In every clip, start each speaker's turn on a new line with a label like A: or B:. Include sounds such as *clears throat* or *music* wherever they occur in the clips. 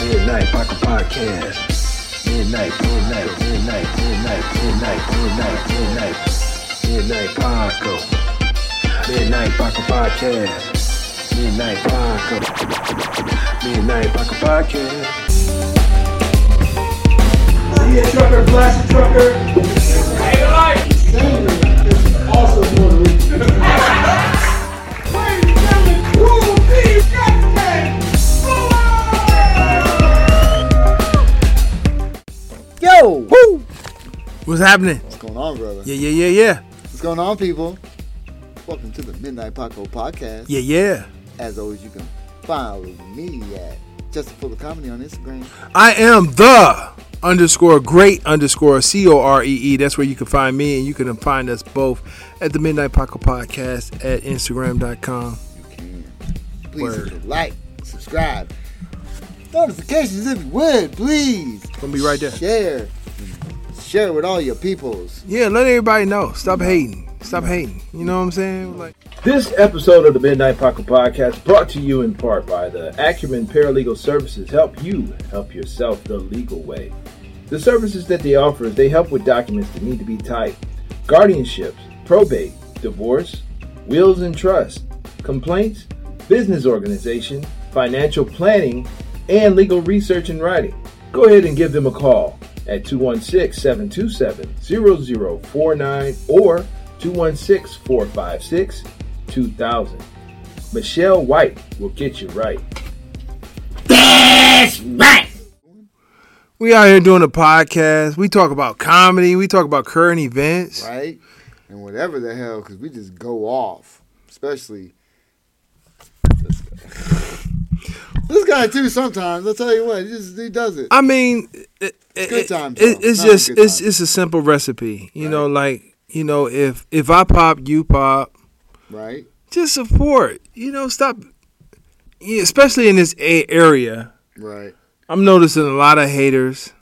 A: Park Podcast. Midnight, midnight, midnight, midnight, midnight, midnight, midnight, midnight, Parko. Midnight Parko Podcast. Midnight Parko. Midnight Parko Podcast. See ya, trucker, blast trucker.
B: Yo! Woo!
C: What's happening?
D: What's going on, brother?
C: Yeah, yeah, yeah, yeah.
D: What's going on, people? Welcome to the Midnight Paco podcast.
C: Yeah, yeah.
D: As always, you can follow me at Justin Fuller Comedy on Instagram.
C: I am the underscore great underscore C O R E E. That's where you can find me, and you can find us both at the Midnight Pocket Podcast at Instagram.com.
D: You can. Please
C: Word.
D: hit the like, subscribe, notifications if you would, please.
C: Gonna be right there.
D: Share. Share with all your peoples.
C: Yeah, let everybody know. Stop hating. Stop hating. You know what I'm saying? Like
A: This episode of the Midnight Pocket Podcast brought to you in part by the Acumen Paralegal Services. Help you help yourself the legal way. The services that they offer is they help with documents that need to be typed, guardianships, probate, divorce, wills and trust, complaints, business organization, financial planning, and legal research and writing. Go ahead and give them a call at 216-727-0049 or 216-456-2000. Michelle White will get you right.
C: we out here doing a podcast. We talk about comedy. We talk about current events.
D: right? And whatever the hell, because we just go off, especially this guy. This guy too. Sometimes I'll tell you what, he just he does it.
C: I mean, it, it,
D: good times,
C: it-
D: though.
C: it's
D: Not
C: just
D: good
C: it's
D: times.
C: it's a simple recipe. You know, like you know, if if I pop, you pop.
D: Right?
C: just support. You know, stop. yeah, Especially in this a- area,
D: Right.
C: I'm noticing a lot of haters.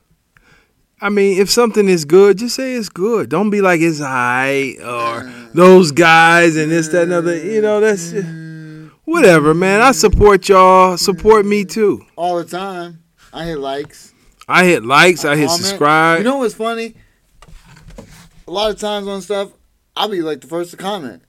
C: I mean, if something is good, just say it's good. Don't be like it's high or
D: Mm.
C: those guys and this, that, and other. You know, that's
D: Mm.
C: whatever, man. I support y'all. Support me too.
D: All the time. I hit likes.
C: I hit likes. I hit
D: comment.
C: subscribe.
D: You know what's funny? A lot of times on stuff, I'll be like the first to comment.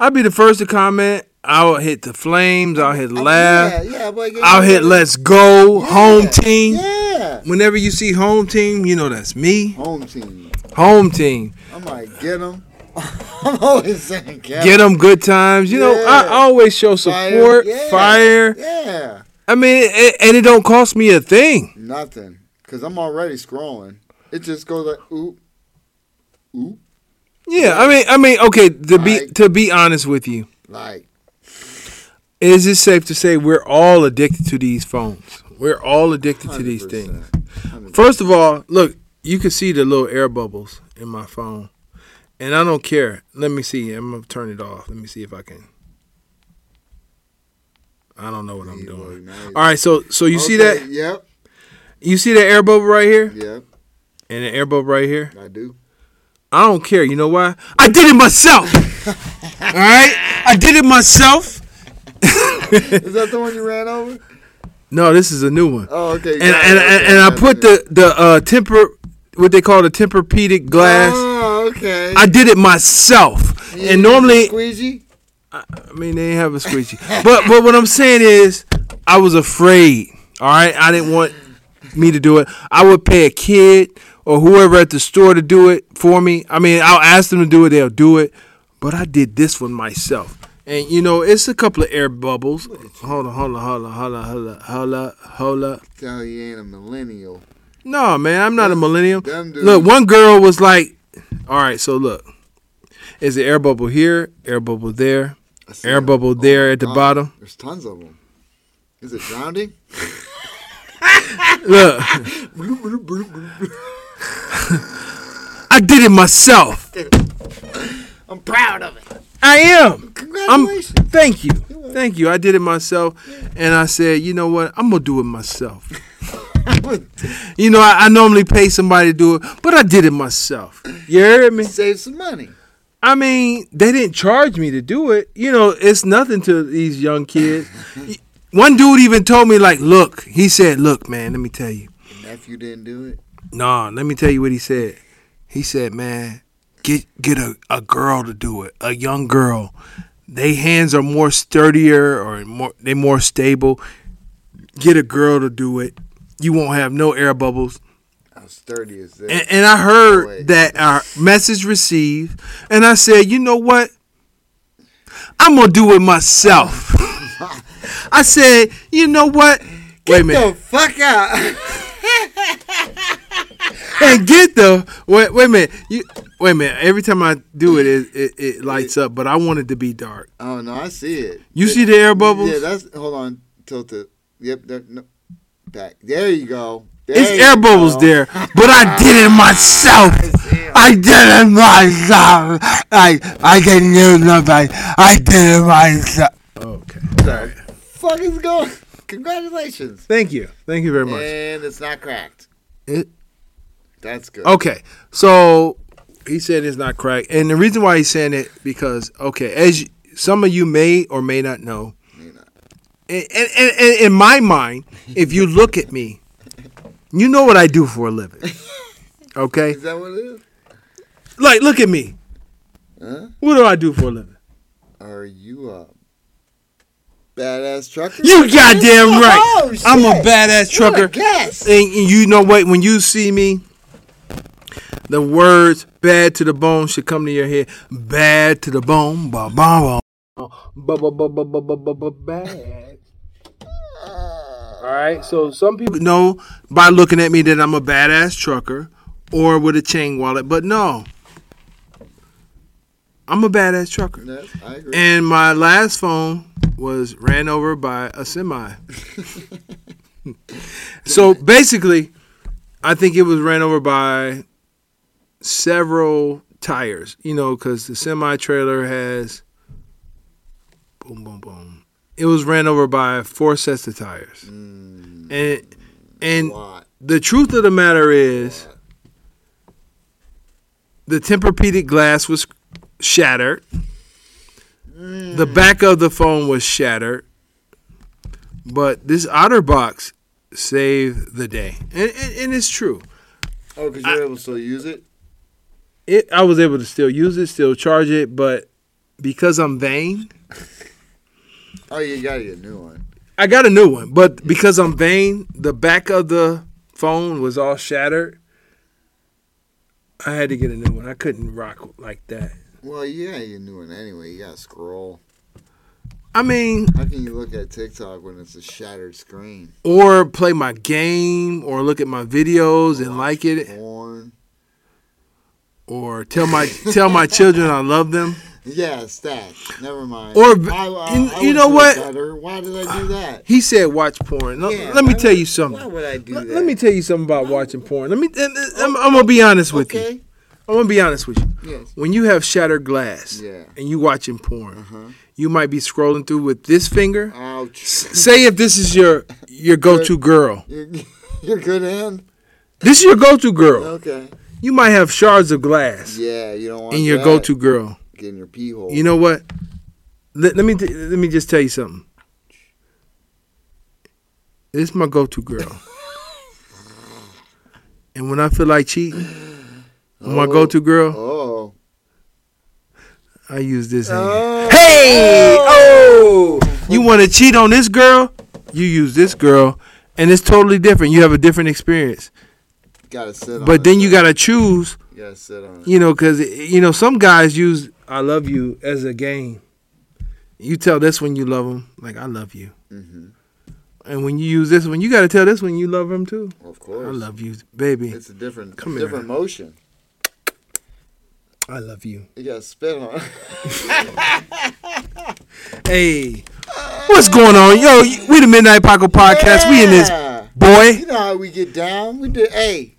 C: I'll be the first to comment. I'll hit the flames. I'll hit
D: I'll be,
C: laugh.
D: Yeah, yeah, boy. yeah,
C: I'll
D: yeah,
C: hit
D: yeah.
C: let's go home
D: Yeah,
C: team.
D: Yeah.
C: Whenever you see home team, you know that's me.
D: Home team.
C: Home team.
D: I'm like, get him. *laughs* I'm always saying, get 'em.
C: Get them good times. You know, I
D: Yeah.
C: always show support, fire.
D: yeah, Yeah,
C: I mean, it, and it don't cost me a thing.
D: nothing. Cause I'm already scrolling. It just goes like, oop, oop,
C: Yeah, I mean, I mean, okay, to be
D: Right.
C: to be honest with you,
D: like,
C: is it safe to say we're all addicted to these phones? We're all addicted to these
D: 100%.
C: things. First of all, look, you can see the little air bubbles in my phone. And I don't care. Let me see. I'm gonna turn it off. Let me see if I can. I don't know what I'm
D: You
C: doing.
D: look nice.
C: All right, so so you see
D: Okay,
C: that
D: Yep,
C: you see that air bubble right here?
D: yep,
C: and an air bubble right here.
D: I do.
C: I don't care. You know why? I did it
D: *laughs*
C: myself. All right, I did it myself.
D: Is that the one you ran over?
C: No, this is a new one.
D: Oh, okay.
C: And and, and, and I put the the uh, temper, what they call the temperpedic glass.
D: Oh, okay.
C: I did it myself. And normally,
D: squeegee.
C: I mean, they ain't have a squeegee. but but what I'm saying is, I was afraid. All right, I didn't want me to do it. I would pay a kid or whoever at the store to do it for me. I mean, I'll ask them to do it. They'll do it. But I did this one myself. And you know, it's a couple of air bubbles. Hold on, hold on, hold on, hold on, hold on, hold on, hold on.
D: Tell you ain't a millennial.
C: No, man, I'm not a millennial.
D: Them dudes.
C: Look, one girl was like, "All right, so look, is the air bubble here, air bubble there,
D: I see
C: air
D: them.
C: bubble there at the
D: God,
C: bottom?"
D: There's tons of them. Is it drowning?
C: Look, I did it myself.
D: *laughs* I'm proud of it.
C: I am. I'm.
D: Congratulations. *laughs*
C: Thank you. Thank you. I did it myself, and I said, you know what? I'm gonna do it myself. You know, I, I normally pay somebody to do it, but I did it myself. You heard me?
D: Save some money.
C: I mean, they didn't charge me to do it. You know, it's nothing to these young kids. one dude even told me like, look, he said, look, man, let me tell you.
D: Nephew didn't do it.
C: Nah, let me tell you what he said. He said, man, get get a, a girl to do it, a young girl. They hands are more sturdier or more they more stable. Get a girl to do it. You won't have no air bubbles.
D: How sturdy is this?
C: And, and I
D: Boy.
C: heard that our message received, and I said, you know what? I'm gonna do it myself. *laughs* I said, you know what? Wait a minute.
D: Get the fuck out. *laughs*
C: *laughs* and get the wait, wait a minute. You wait a minute. Every time I do it, it it, it lights up, but I want it to be dark.
D: oh no, I see it.
C: You see the air bubbles?
D: Yeah, that's hold on. Tilt it. Yep. There, no, back. There you go. There
C: it's
D: you
C: air bubbles
D: go.
C: there, but I did it *laughs* myself. I did it myself. I I can use nobody. I did it myself. Okay.
D: Sorry. Fuck is going. *laughs* Congratulations.
C: Thank you. Thank you very much.
D: And it's not cracked.
C: It-
D: That's good.
C: Okay, so he said it's not crack, and the reason why he's saying it because okay, as you, some of you may or may not know, and, and, and, and in my mind, if you look at me, you know what I do for a living. Okay,
D: Is that what it is?
C: like look at me.
D: Huh?
C: What do I do for a living?
D: Are you a badass trucker?
C: You goddamn right.
D: Oh, shit.
C: I'm a badass
D: What a
C: trucker.
D: guess.
C: And and you know what? When you see me, the words "bad to the bone" should come to your head. Bad to the bone, ba ba ba, ba ba ba ba ba ba ba ba bad. All right. So some people know by looking at me that I'm a badass trucker or with a chain wallet, but no, I'm a badass trucker.
D: No, I agree.
C: And my last phone was ran over by a semi. so basically, I think it was ran over by several tires, you know, because the semi trailer has boom, boom, boom. It was ran over by four sets of tires. And, and
D: lot.
C: the truth of the matter is, the Tempur-Pedic glass was shattered. The back of the phone was shattered. But this OtterBox saved the day, and, and, and it's true.
D: Oh, because you're able to still use it.
C: It I was able to still use it, still charge it, but because I'm vain,
D: Oh, you gotta get a new one.
C: I got a new one. But because I'm vain, the back of the phone was all shattered. I had to get a new one. I couldn't rock like that.
D: Well, you gotta get a new one anyway. You gotta scroll.
C: I mean,
D: How can you look at TikTok when it's a shattered screen?
C: or play my game or look at my videos and like it
D: Porn.
C: or tell my tell my children I love them.
D: Yes, that. Never mind.
C: Or- you-
D: went
C: you know
D: to a
C: what?
D: gutter. Why did I do that?
C: *sighs* He said watch porn. L-
D: Yeah,
C: let
D: why
C: me tell
D: would-
C: you
D: Why
C: something.
D: would I do
C: Let,
D: that?
C: let me tell you something about watching porn. Let me and- and I'm, I'm going to be honest with you.
D: Oh, Okay.
C: I'm going to be honest with you.
D: Yes.
C: When you have shattered glass
D: Yeah. Uh-huh.
C: and you watching porn, you might be scrolling through with this finger.
D: Ouch.
C: Say if this is your your go-to girl.
D: You're, *laughs* you're good hand.
C: This is your go-to girl.
D: Okay.
C: You might have shards of glass
D: Yeah, oh you don't want.
C: in your
D: that.
C: go-to girl.
D: Get in your pee hole.
C: You know what? Let, let me t- let me just tell you something. This is my go-to
D: *laughs*
C: girl, and when I feel like cheating, on my
D: Oh.
C: go-to girl,
D: Oh.
C: I use this hand.
D: Oh.
C: Hey, oh! You want to cheat on this girl? You use this girl, and it's totally different. You have a different experience.
D: Gotta sit on.
C: But
D: it.
C: then you gotta choose,
D: You gotta sit on. It.
C: you know, because you know some guys use "I love you" as a game. You tell this one you love him, like I love you.
D: hmm
C: And when you use this one, you got to tell this one you love him too.
D: Of
C: I
D: course.
C: love you, baby.
D: It's a different,
C: Come here.
D: different motion.
C: I love you.
D: You gotta spit on. it.
C: Hey, what's going on? Yo, y- we the Midnight Paco podcast. We in this,
D: Yeah.
C: boy.
D: *laughs* You know how we get down. We did. Hey.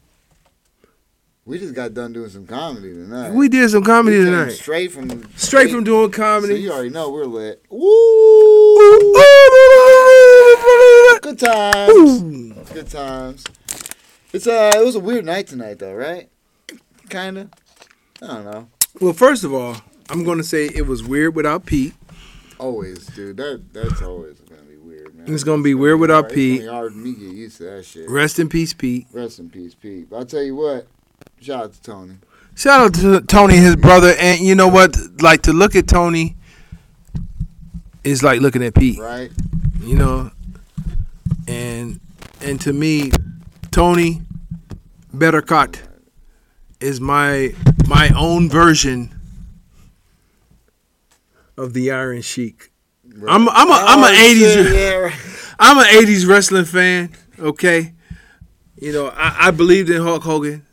D: We just got done doing some comedy tonight.
C: We did some comedy
D: We came
C: tonight.
D: Straight from.
C: Straight from doing
D: So
C: comedy.
D: you already know we're lit.
C: Ooh.
D: Good times. Good times. It's uh, it was a weird night tonight though, right? Kinda. I don't know.
C: Well, first of all, I'm gonna say it was weird without Pete.
D: Always, dude. That that's always gonna be weird, man.
C: It's gonna be weird without
D: It's gonna
C: Pete.
D: be hard for me to get used to that shit.
C: Rest in peace, Pete.
D: Rest in peace, Pete. But I'll tell you what. Shout out to Tony.
C: Shout out to Tony, his brother, and you know what? Like to look at Tony is like looking at Pete.
D: Right?
C: You know, and and to me, Tony Better Cut is my my own version of the Iron Sheik.
D: right.
C: I'm I'm a *laughs* I'm an
D: Oh,
C: '80s
D: shit, yeah, right.
C: I'm an '80s wrestling fan. Okay, you know I, I believed in Hulk Hogan,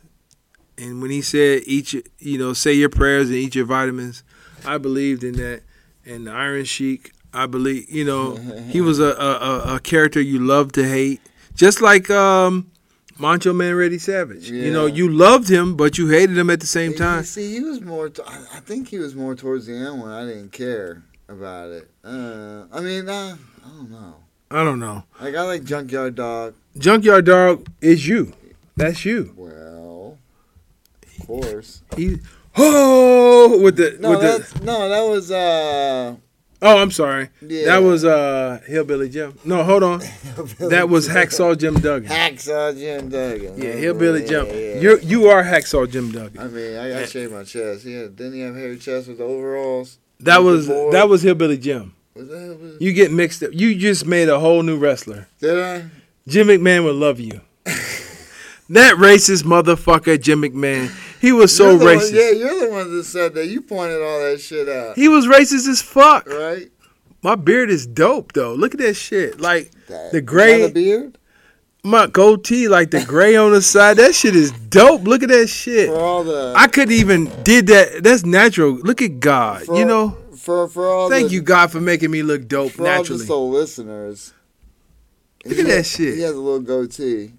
C: and when he said eat your, you know say your prayers and eat your vitamins, I believed in that. And the Iron Sheik, I believe you know he was a a, a, a character you loved to hate, just like um, Macho Man Randy Savage. You know
D: Yeah.
C: you loved him, but you hated him at the same
D: He-
C: time.
D: See, he was more. T- I I think he was more towards the end when I didn't care about it. Uh, I mean, uh, I don't know.
C: I don't know.
D: Like I like Junkyard Dog.
C: Junkyard Dog is you. That's you. *gasps*
D: Well, of course.
C: He oh with the
D: No,
C: with the.
D: that's no. That was uh.
C: Oh, I'm sorry.
D: Yeah.
C: That was uh Hillbilly Jim. No, hold
D: *laughs*
C: on. that was Hacksaw Jim Duggan.
D: Hacksaw uh, Jim Duggan.
C: yeah,
D: That's
C: Hillbilly
D: right,
C: Jim.
D: yeah, yeah. Uh,
C: You you are Hacksaw Jim Duggan.
D: I mean, I, I shaved my chest. Yeah, didn't he have hairy chest with overalls?
C: That
D: Uncle
C: was
D: Boy.
C: that was Hillbilly Jim.
D: Was that? Was,
C: You get mixed up. You just made a whole new wrestler.
D: did I?
C: Jim McMahon would love
D: *laughs*
C: you. that racist motherfucker Jim McMahon. He was so
D: You're the one-
C: racist.
D: yeah, you're the one that said that. You pointed all that shit out,
C: He was racist as fuck.
D: right?
C: My beard is dope though. Look at that shit. Like
D: That,
C: The gray-
D: Not a beard.
C: my goatee, like the gray on the side. That shit is dope. Look at that shit.
D: for all the
C: I couldn't even did that. That's natural. Look at God.
D: for,
C: you know.
D: for for all
C: Thank
D: the,
C: you, God, for making me look dope
D: for all
C: naturally.
D: the soul listeners.
C: Look at
D: he-
C: that shit.
D: He has a little goatee.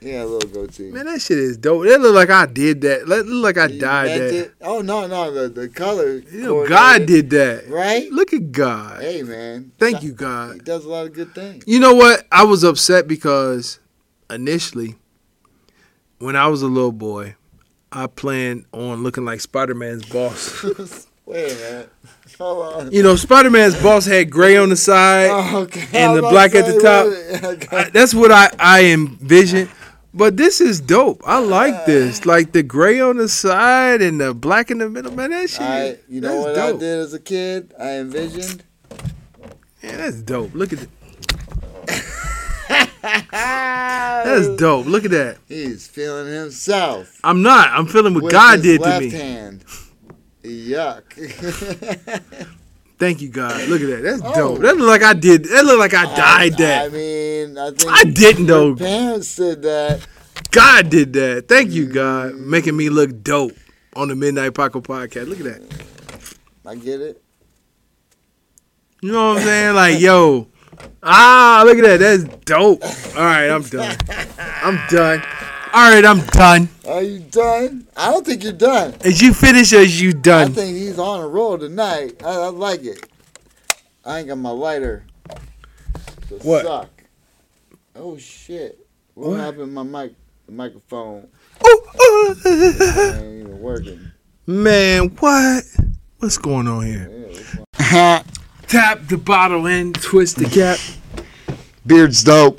D: He had a little goatee.
C: Man, that shit is dope. That look like I did that. That look like I
D: He
C: died
D: meant
C: that.
D: it. Oh no no the the color.
C: You know, God did that.
D: Right?
C: Look at God.
D: Hey man.
C: Thank you,
D: He
C: God.
D: does a lot of good things. *laughs*
C: You know what? I was upset because initially, when I was a little boy, I planned on looking like Spider Man's boss. *laughs*
D: Wait a minute. Hold on.
C: you know, Spider Man's boss had gray on the side.
D: Oh, okay.
C: and
D: I'm
C: the
D: about
C: black
D: to
C: at the
D: say,
C: top.
D: *laughs* wait a minute.
C: I, that's what I I envision. But this is dope. I like this. Like the gray on the side and the black in the middle. Man, that shit.
D: I, you know
C: that's
D: what
C: dope.
D: I did as a kid? I envisioned.
C: Yeah, that's dope. Look
D: *laughs*
C: at that. That's dope. Look at that.
D: He's feeling himself.
C: I'm not. I'm feeling what
D: with
C: God
D: his
C: did to
D: left
C: me.
D: hand. Yuck.
C: Thank you, God. Look at that. That's
D: Oh.
C: dope. That look like I did. That look like I *laughs* died. that
D: I, I mean, I think
C: I didn't
D: your
C: though.
D: Parents did that.
C: God did that. Thank you, God,
D: Mm.
C: making me look dope on the Midnight Paco podcast. Look at that.
D: I get it.
C: You know what I'm saying? Like, yo, ah, look at that. That's dope. All right, I'm done. I'm done. All right, I'm done.
D: Are you done? I don't think you're done.
C: Is you finished or is you
D: I
C: done?
D: think he's on a roll tonight. I, I like it. I ain't got my lighter. The
C: What?
D: Suck. Oh shit! What,
C: What?
D: happened? to My mic, the microphone
C: Ooh, ooh.
D: ain't even working.
C: Man, what? What's going on here? Tap the bottle in, twist the cap.
D: *laughs* Beard's *laughs* dope.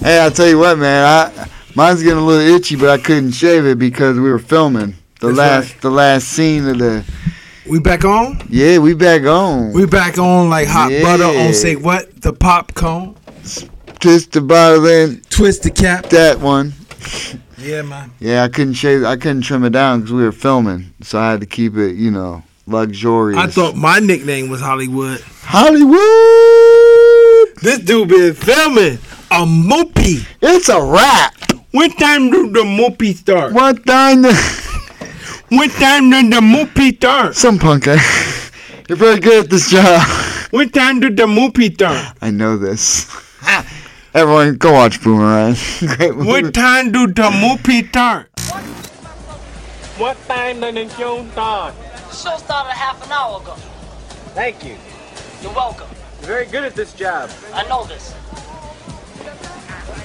D: hey, I'll tell you what, man. I mine's getting a little itchy, but I couldn't shave it because we were filming the
C: That's
D: last the last scene of the.
C: We back on?
D: Yeah, we back on.
C: We back on like hot butter
D: Yeah.
C: on say what? The popcorn.
D: Just the bottle in
C: Twist the cap.
D: that one.
C: Yeah, man.
D: Yeah, I couldn't shave. I couldn't trim it down because we were filming, so I had to keep it, you know, luxurious.
C: I thought my nickname was Hollywood.
D: Hollywood.
C: This dude been filming a mopey.
D: It's a wrap.
C: When time do the movie start?
D: One thing. to-
C: When time do the movie start?
D: *laughs* Some punk. eh? *laughs* You're very good at this job. *laughs*
C: When time do the movie start?
D: I know this. *laughs* Everyone, go watch Boomerang. *laughs* Great movie.
C: When time do the movie start?
E: What time did the show start?
F: Show started half an hour ago.
E: Thank you.
F: You're welcome.
E: You're very good at this job.
F: I know this.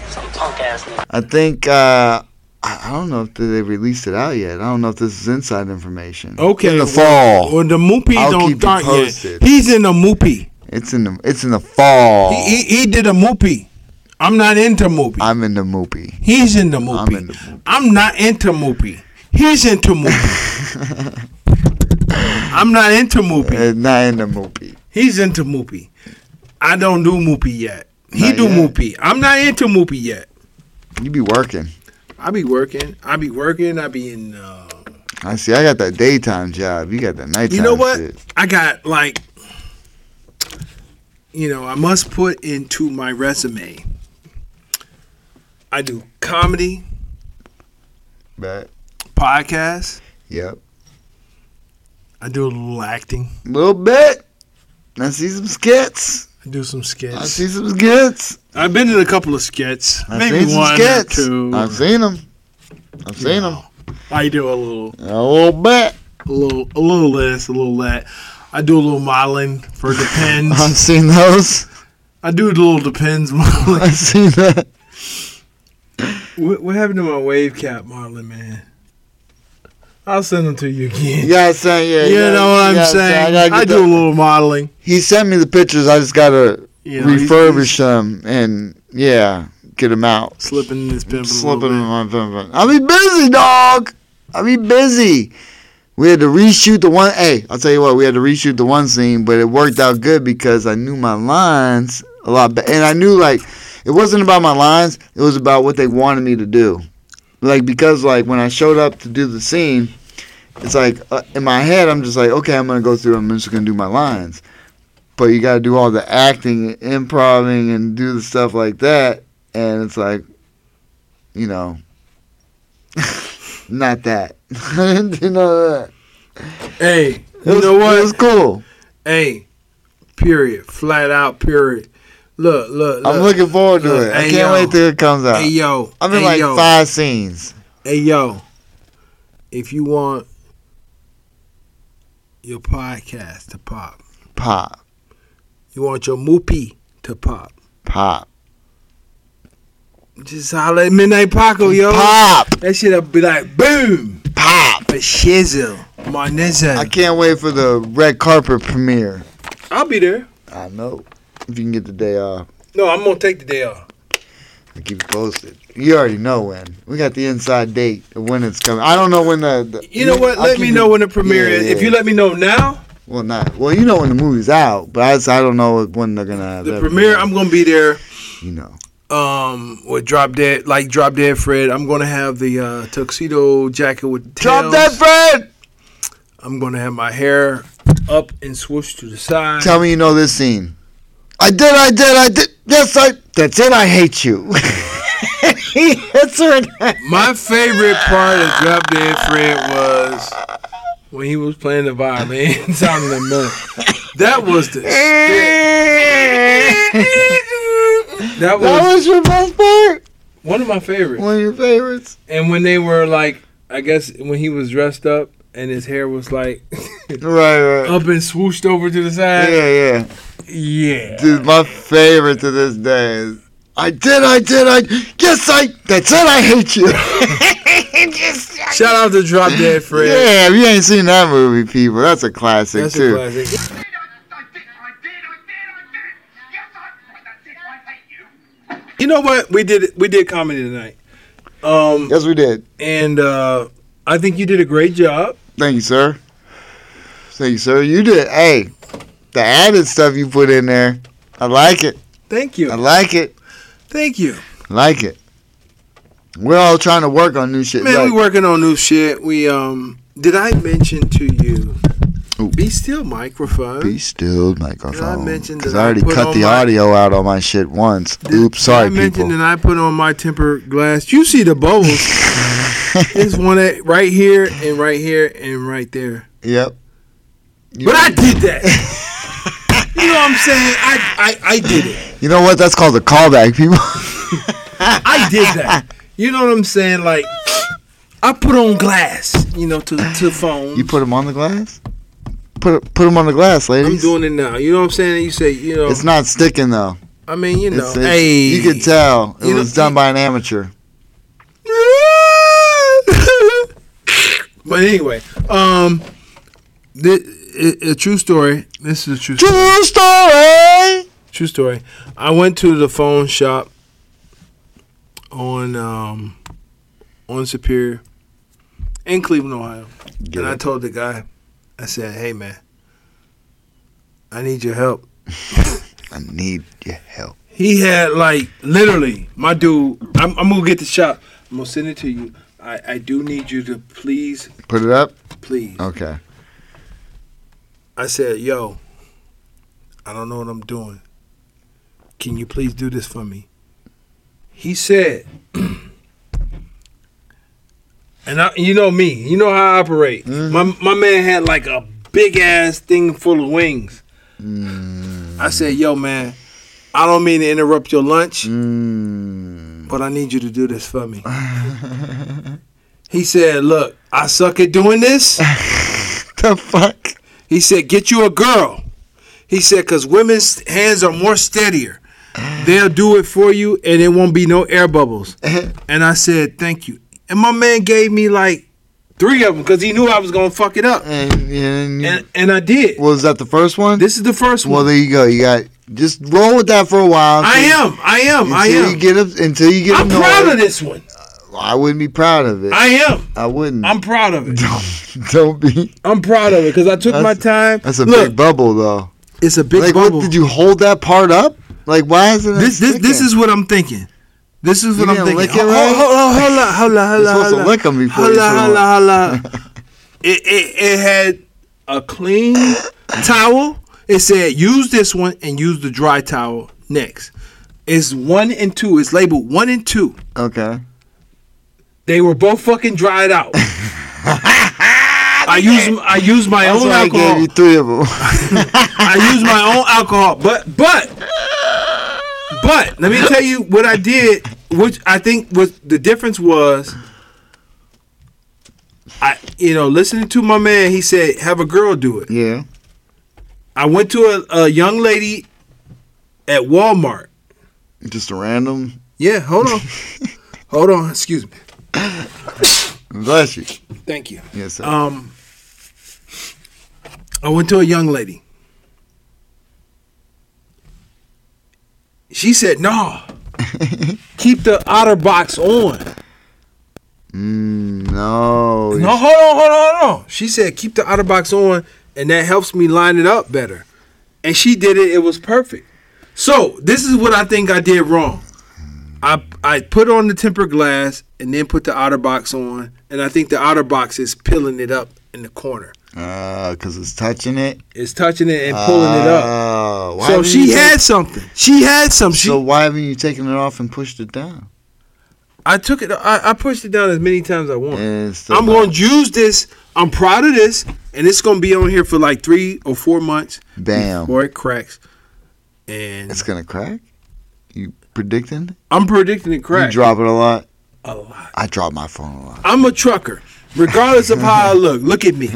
F: Some punk ass nigga.
D: I think uh, I I don't know if they released it out yet. I don't know if this is inside information.
C: Okay.
D: In the fall.
C: When the movie
D: I'll
C: don't
D: keep you
C: start yet.
D: posted.
C: He's in the movie.
D: It's in the it's in the fall.
C: He, he, he did a moopy. I'm not into moopy.
D: Oh. I'm in the moopy.
C: He's in the movie. I'm,
D: into Moopy.
C: not into movie. He's into movie.
D: *laughs*
C: I'm not into movie.
D: Uh, not in the moopy.
C: He's into movie. I don't do movie yet. He
D: Not
C: do
D: yet.
C: movie. I'm not into movie yet.
D: You be working.
C: I be working. I be working. I be in. Uh,
D: I see. I got that daytime job. You got that nighttime.
C: you know what?
D: Shit.
C: I got like. You know, I must put into my resume. I do comedy,
D: But
C: podcasts.
D: yep,
C: I do a little acting.
D: little bit. I see some skits.
C: I do some
D: I
C: skits.
D: see some skits.
C: I've been in a couple of skits,
D: I've
C: maybe
D: seen
C: one
D: some skits.
C: or two.
D: I've seen them. I've seen them.
C: I do a little,
D: A little bit. *laughs*
C: a little, a little this, a little that. I do a little modeling
D: *laughs*
C: for
D: I've
C: Depends.
D: seen those. *laughs*
C: I do a little Depends *laughs* modeling.
D: I've seen that.
C: what, what happened to my wave cap modeling, man? I'll send them to you again.
D: Yeah, I'm saying. Yeah,
C: you
D: yeah,
C: know what I'm
D: yeah,
C: saying?
D: gotta
C: I,
D: get
C: do
D: the-
C: a little modeling.
D: He sent me the pictures. I just gotta
C: You know,
D: refurbish them and yeah, get them out.
C: he's slipping in his pimp.
D: slipping in my pimp. I be busy, dog. I be busy. We had to reshoot the one. Hey, I'll tell you what. We had to reshoot the one scene, but it worked out good because I knew my lines a lot better, and I knew like it wasn't about my lines. It was about what they wanted me to do. Like because like when I showed up to do the scene, it's like uh, in my head I'm just like, okay, I'm gonna go through. I'm just gonna do my lines. But you gotta do all the acting, improving, and do the stuff like that. And it's like, you know, not that. *laughs* I didn't do none of that.
C: Hey,
D: It
C: you
D: was-
C: know
D: It was
C: what?
D: cool.
C: Hey, period, flat out period. Look, look, look.
D: I'm looking forward to
C: look,
D: it. I
C: hey,
D: can't
C: yo.
D: wait till it comes out.
C: Hey yo,
D: I'm in
C: hey,
D: like
C: yo.
D: five scenes.
C: Hey yo, if you want your podcast to pop,
D: Pop,
C: you want your moopy to pop,
D: pop,
C: just holler at Midnight Paco, yo.
D: pop,
C: That shit'll be like boom,
D: pop.
C: a shizzle,
D: I
C: Marnizza.
D: can't wait for the red carpet premiere.
C: I'll be there.
D: I know. If you can get the day off,
C: No, I'm gonna take the day off.
D: I'll keep you posted. You already know when. We got the inside date of when it's coming. I don't know when the. the-
C: You know what?
D: I'll
C: let
D: keep
C: me
D: you-
C: know when the premiere
D: Yeah,
C: is.
D: yeah.
C: If you let me know now,
D: Well, not. Well, you know when the movie's out, but I, just- I don't know when they're gonna have
C: the
D: that
C: premiere, I'm gonna be there.
D: You know.
C: Um, with drop dead, like drop dead Fred. I'm gonna have the uh, tuxedo jacket with
D: Drop
C: tails.
D: that, Fred.
C: I'm gonna have my hair up and swooshed to the side.
D: Tell me you know this scene. I did, I did, I did. Yes, I. That's it. I hate you. *laughs* he hits her. in the-
C: My favorite part of Drop Dead Fred was when he was playing the violin *laughs* out in the mud. That was the shit. that
D: that
C: was
D: was your best part.
C: one of my favorites.
D: One of your favorites.
C: And when they were like, I guess when he was dressed up and his hair was like *laughs*
D: Right, right.
C: up and swooshed over to the side.
D: Yeah, yeah.
C: Yeah,
D: Dude, my favorite to this day is. I did, I did, I. Yes, I. That's it. I hate you. *laughs* Just-
C: shout out to Drop Dead Fred.
D: Yeah, if you ain't seen that movie, people, that's a classic
C: That's
D: too.
C: a classic. You know what? We did we did comedy tonight. Um
D: Yes, we did.
C: and uh I think you did a great job.
D: Thank you, sir. Thank you, sir. You did. Hey, the added stuff you put in there, I like it.
C: Thank
D: I
C: you.
D: like it.
C: Thank you.
D: I like it. We're all trying to work on new shit.
C: Man,
D: Like,
C: we working on new shit. We um did I mention to you
D: Ooh.
C: Be still microphone.
D: Be still, microphone.
C: mention
D: Because
C: that
D: I
C: I
D: already
C: put
D: cut
C: on
D: the
C: my-
D: audio out on my shit once.
C: Did-
D: Oops,
C: did
D: sorry,
C: I mentioned
D: people.
C: that I put on my tempered glass. You see the
D: *laughs*
C: bowls. It's one that right here and right here and right there.
D: Yep. You
C: But
D: know,
C: I did
D: *laughs*
C: that. you know what I'm saying? I, I, I did it.
D: you know what? That's called a callback, people. *laughs*
C: I did that. You know what I'm saying? Like I put on glass, you know, to to phone.
D: you put them on the glass. Put put them on the glass,
C: I'm
D: ladies.
C: doing it now. You know what I'm saying? You say, you know,
D: It's not sticking though.
C: I mean, you know,
D: It's, it's-
C: hey,
D: You can tell it
C: You know-
D: was
C: *laughs*
D: done by an amateur.
C: but anyway, um, the, i- a true story. This is a true story.
D: True story.
C: True story. I went to the phone shop on um on Superior in Cleveland, Ohio.
D: Get
C: and I
D: it.
C: told the guy, I said, "Hey man, I need your help."
D: I need your help.
C: He had like literally, my dude. I'm, I'm gonna get the shop. I'm gonna send it to you. I, I do need you to please,
D: Put it up.
C: please.
D: Okay.
C: I said, "Yo, I don't know what I'm doing. Can you please do this for me?" He said, *clears throat* and I, you know me, you know how I operate. My my man had like a big ass thing full of wings. I said, "Yo, man, I don't mean to interrupt your lunch, but I need you to do this for me." *laughs* he said, "Look, I suck at doing this."
D: The fuck.
C: He said, "Get you a girl." He said, "Cause women's hands are more steadier. They'll do it for you, and it won't be no air bubbles." and I said, "Thank you." And my man gave me like three of them because he knew I was gonna fuck it up,
D: And, and,
C: and and I did.
D: was that the first one?
C: This is the first
D: well,
C: one.
D: there you go. You got just roll with that for a while.
C: I
D: until-
C: am. I am. I
D: until
C: am.
D: You get up until you get
C: I'm
D: annoyed.
C: proud of this one.
D: I wouldn't be proud of it. I,
C: I am.
D: wouldn't.
C: I'm proud of it.
D: *laughs* Don't be.
C: I'm proud of it because I took my
D: That's-
C: time.
D: That's a
C: Look,
D: big bubble, though.
C: it's a big
D: like,
C: bubble.
D: what did you hold that part up? Like, why isn't it?
C: this this, this
D: sticking?
C: is what I'm thinking. This is what
D: You
C: I'm
D: didn't
C: thinking.
D: lick it
C: Hold-
D: right?
C: Hold on, hold on, hold on, hold
D: You're
C: on.
D: supposed to lick 'em before
C: hold
D: you
C: on,
D: put 'em
C: hold on, hold on.
D: *laughs*
C: It, it it had a clean towel. It said use this one and use the dry towel next. It's one and two. It's labeled one and two.
D: okay.
C: They were both fucking dried
D: *laughs*
C: out. I use I use my
D: That's
C: own
D: why I
C: alcohol.
D: gave you three of
C: *laughs*
D: them.
C: I use my own alcohol, but but but let me tell you what I did, which I think was the difference was. I you know listening to my man, he said have a girl do it.
D: yeah.
C: I went to a, a young lady at Walmart.
D: Just a random.
C: Yeah, hold on, hold on. Excuse me.
D: Bless you.
C: Thank you.
D: Yes, sir.
C: Um, I went to a young lady. She said, "No, keep the otter box on."
D: mm, no.
C: No, hold on, hold on, hold on. She said, "Keep the otter box on, and that helps me line it up better." And she did it; it was perfect. So this is what I think I did wrong. I I put on the tempered glass and then put the otter box on, and I think the otter box is peeling it up in the corner.
D: Because Ah, it's touching it.
C: is touching it and pulling it up.
D: Oh, why
C: So
D: haven't
C: she
D: you
C: had
D: take-
C: something. She had some. She,
D: so why haven't you taken it off and pushed it down?
C: I took it. I, I pushed it down as many times as I want.
D: And it's still
C: I'm
D: not-
C: going to use this. I'm proud of this, and it's going to be on here for like three or four months
D: Bam.
C: before it cracks. And
D: It's gonna crack. You predicting?
C: I'm predicting it
D: You
C: cracks
D: drop it a lot.
C: a lot.
D: I drop my phone a lot.
C: I'm a trucker, regardless of how I look. Look at me.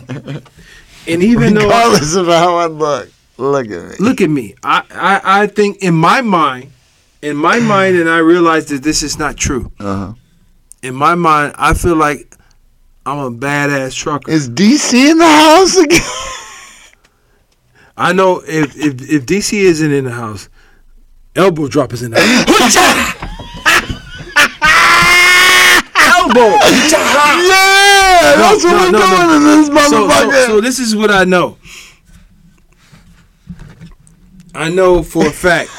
C: And even
D: *laughs*
C: though
D: Regardless of how I look, look at me.
C: look at me. I, I, I think in my mind, in my mind, and I realize that this is not true.
D: Uh-huh.
C: In my mind, I feel like I'm a badass trucker.
D: Is DC in the house again?
C: I know if, if if DC isn't in the house, elbow drop is in the house. *laughs* elbow.
D: yeah, that's what
C: no,
D: we're
C: no,
D: doing
C: no.
D: in this
C: so, so,
D: motherfucker.
C: so this is what I know. I know for a fact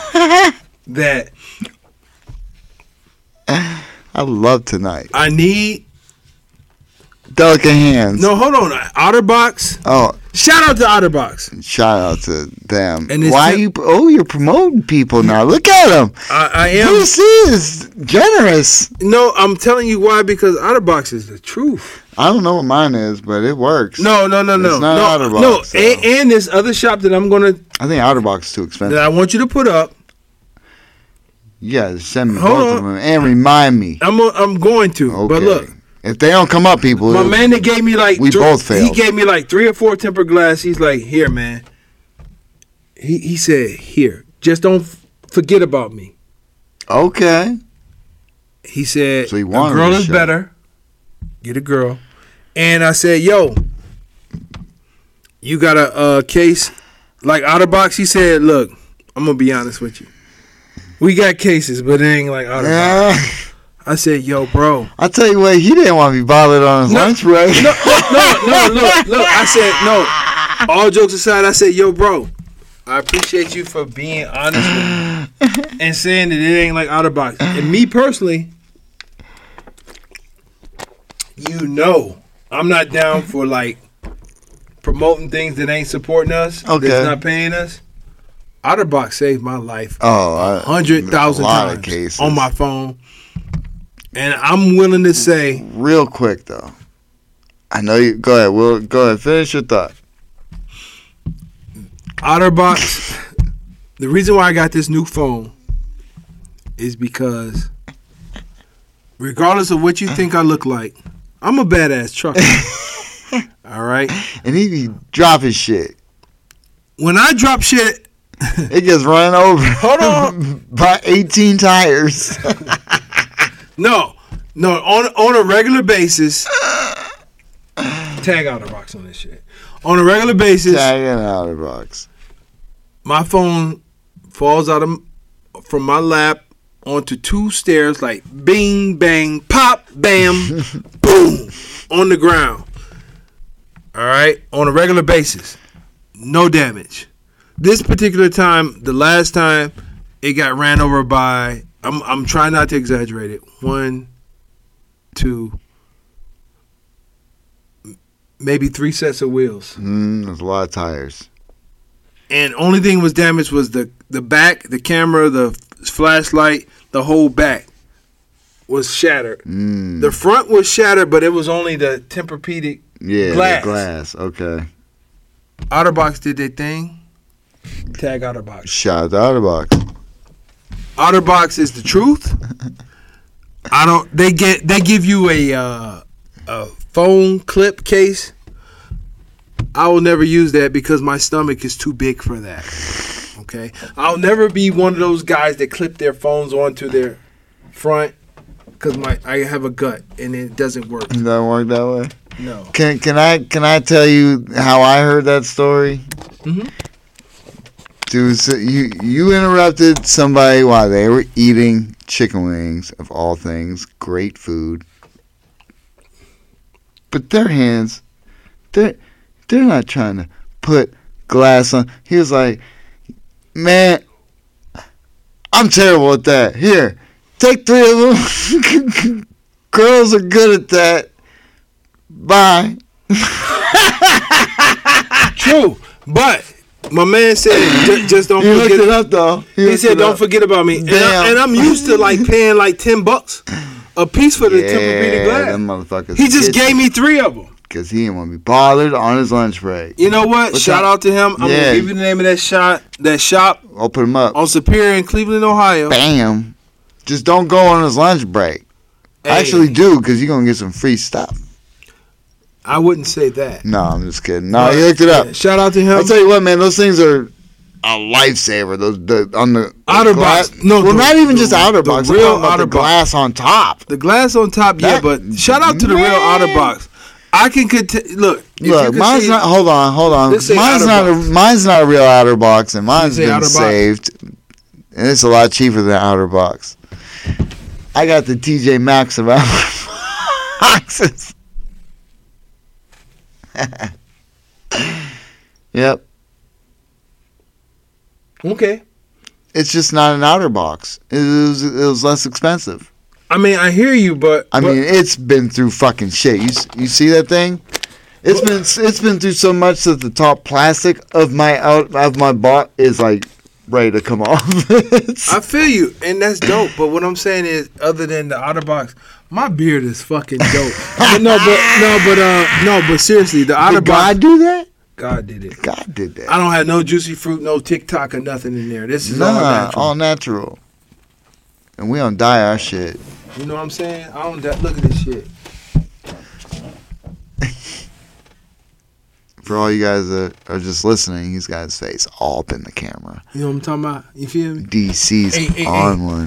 C: that
D: I love tonight.
C: I need
D: Delicate hands.
C: no. Hold on, OtterBox.
D: Oh,
C: Shout out to OtterBox.
D: shout out to them.
C: And it's
D: Why
C: not-
D: you? Oh, you're promoting people now. Look at them.
C: I, I am
D: DC is generous.
C: no. I'm telling you why because OtterBox is the truth.
D: I don't know what mine is, but it works.
C: No, no, no, no,
D: It's not
C: no,
D: Otterbox,
C: no.
D: so.
C: And, and this other shop that I'm gonna
D: I think OtterBox is too
C: that
D: expensive.
C: I want you to put up.
D: Yeah, send me
C: Hold
D: both of
C: on.
D: them and remind me.
C: I'm i I'm going to.
D: Okay.
C: But look,
D: if they don't come up, people,
C: my man that gave me like
D: We
C: thr-
D: both
C: He
D: failed.
C: gave me like three or four tempered glass. He's like, here, man. He he said, here, just don't f- forget about me.
D: Okay.
C: He said,
D: So he
C: a
D: wanted
C: girl
D: to
C: is
D: show.
C: better. Get a girl. And I said, yo, you got a uh, case like OtterBox. He said, "Look, I'm gonna be honest with you. We got cases, but it ain't like OtterBox."
D: Yeah.
C: I said, "Yo, bro."
D: I tell you what, he didn't want to be bothered on his lunch break.
C: No, no, no. Look, look. I said no. All jokes aside, I said, "Yo, bro." I appreciate you for being honest with
D: *laughs*
C: me and saying that it ain't like OtterBox. And me personally, you know, I'm not down for like promoting things that ain't supporting us,
D: Okay.
C: that's not paying us. OtterBox saved my life
D: Oh, I-
C: hundred thousand
D: a lot
C: times
D: of cases.
C: on my phone, and I'm willing to say
D: Real quick though, I know you. Go ahead. Will go ahead. Finish your thought.
C: OtterBox. the reason why I got this new phone is because, regardless of what you think I look like, I'm a badass trucker. All right.
D: And he be dropping shit.
C: When I drop shit,
D: It gets run over.
C: Hold on.
D: *laughs* by eighteen
C: *laughs*
D: tires. *laughs*
C: no, no, on on a regular basis. Tag out box on this shit. On a regular basis,
D: Tagging out of the box.
C: my phone falls out of from my lap onto two stairs like bing bang pop bam boom on the ground all right on a regular basis no damage this particular time the last time it got ran over by i'm, I'm trying not to exaggerate it one two m- maybe three sets of wheels
D: Mm, there's a lot of tires.
C: and only thing was damaged was the the back, the camera, the f- flashlight, the whole back was shattered.
D: Mm,
C: The front was shattered, but it was only the Tempur-Pedic.
D: yeah, the
C: glass.
D: glass. Okay.
C: OtterBox did their thing. Tag OtterBox.
D: Shout out to outer box.
C: OtterBox is the truth. I don't. They get. They give you a uh, a phone clip case. I will never use that because my stomach is too big for that. Okay. I'll never be one of those guys that clip their phones onto their front because my I have a gut and it doesn't work.
D: Does that work that way?
C: No.
D: Can can I can I tell you how I heard that story?
C: Mhm.
D: Dude, so you you interrupted somebody while they were eating chicken wings of all things, great food. But their hands, they're they're not trying to put glass on. He was like, man, I'm terrible at that. Here, take three of them. *laughs* Girls are good at that. Bye.
C: True. But my man said, "Ju- just don't
D: He looked
C: forget.
D: it up though.
C: He
D: looked
C: said,
D: it
C: "Don't
D: up.
C: forget about me." And, I,
D: Damn.
C: am used to like paying like ten bucks a piece for the
D: Yeah,
C: Tempur-Pedic
D: them
C: glass.
D: motherfuckers.
C: He just gave me three of them.
D: because he didn't want to be bothered on his lunch break.
C: You know what?
D: What's
C: Shout
D: that?
C: out to him. I'm
D: Yeah.
C: gonna give you the name of that shop. That shop
D: I'll put him up.
C: on Superior in Cleveland, Ohio.
D: Bam. Just don't go on his lunch break.
C: Hey,
D: Actually, do because you're gonna get some free stuff.
C: I wouldn't say that.
D: No, I'm just kidding. No, he looked it up.
C: Shout out to him.
D: I'll tell you what, man. Those things are a lifesaver. Those the on the the
C: Outer
D: glass-
C: Box. No,
D: well,
C: the-
D: not even just
C: the-
D: outer
C: the
D: box.
C: real
D: Real outer
C: Outer
D: the
C: Box.
D: glass on top.
C: the glass on top, yeah,
D: That-
C: but shout out to the real
D: Man.
C: Outer Box. I can cont- look. if you
D: Look,
C: could
D: mine's
C: see-
D: not. Hold on, hold on.
C: This ain't
D: Mine's
C: Outer
D: not. A,
C: Box.
D: mine's not a real outer box, and mine's
C: say
D: been
C: Outer Box?
D: saved, and it's a lot cheaper than outer box. I got the TJ Maxx of outer *laughs* boxes. *laughs* yep,
C: Okay.
D: it's just not an outer box. It was, it was less expensive.
C: I mean, I hear you, but
D: I
C: but-
D: mean, it's been through fucking shit. You s- you see that thing? It's been it's been through so much that the top plastic of my out of my bot is like ready to come *laughs* off. It's-
C: I feel you, and that's dope. But what I'm saying is, other than the OtterBox, my beard is fucking dope. but *laughs* no, but no, but uh, no, but seriously, the
D: Did
C: OtterBox,
D: God do that?
C: God did it.
D: God did that.
C: I don't have no juicy fruit, no TikTok or nothing in there. This is all
D: Nah,
C: natural.
D: all natural. And we don't dye our shit.
C: You know what I'm saying? I don't da- look at this shit.
D: For all you guys that are just listening, he's got his face all up in the camera.
C: You know what I'm talking about? You feel me?
D: DC's
C: Hey, hey, hey.
D: on one